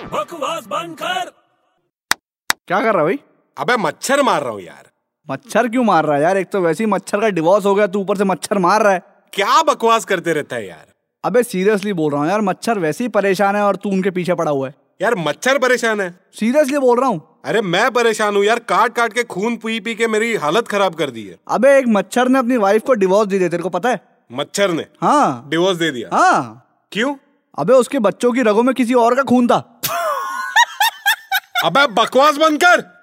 आवाज बंद कर क्या कर रहा है भाई अबे मच्छर मार रहा हूँ यार मच्छर क्यों मार रहा है यार एक तो वैसे ही मच्छर का डिवोर्स हो गया तू ऊपर से मच्छर मार रहा है क्या बकवास करते रहता है यार अबे सीरियसली बोल रहा हूँ यार मच्छर वैसे ही परेशान है और तू उनके पीछे पड़ा हुआ है यार मच्छर परेशान है सीरियसली बोल रहा हूँ अरे मैं परेशान हूँ यार काट काट के खून पी पी के मेरी हालत खराब कर दी है अबे एक मच्छर ने अपनी वाइफ को डिवोर्स दे दिया तेरे को पता है मच्छर ने हाँ डिवोर्स दे दिया हाँ क्यों अबे उसके बच्चों की रगों में किसी और का खून था अबे बकवास बंद कर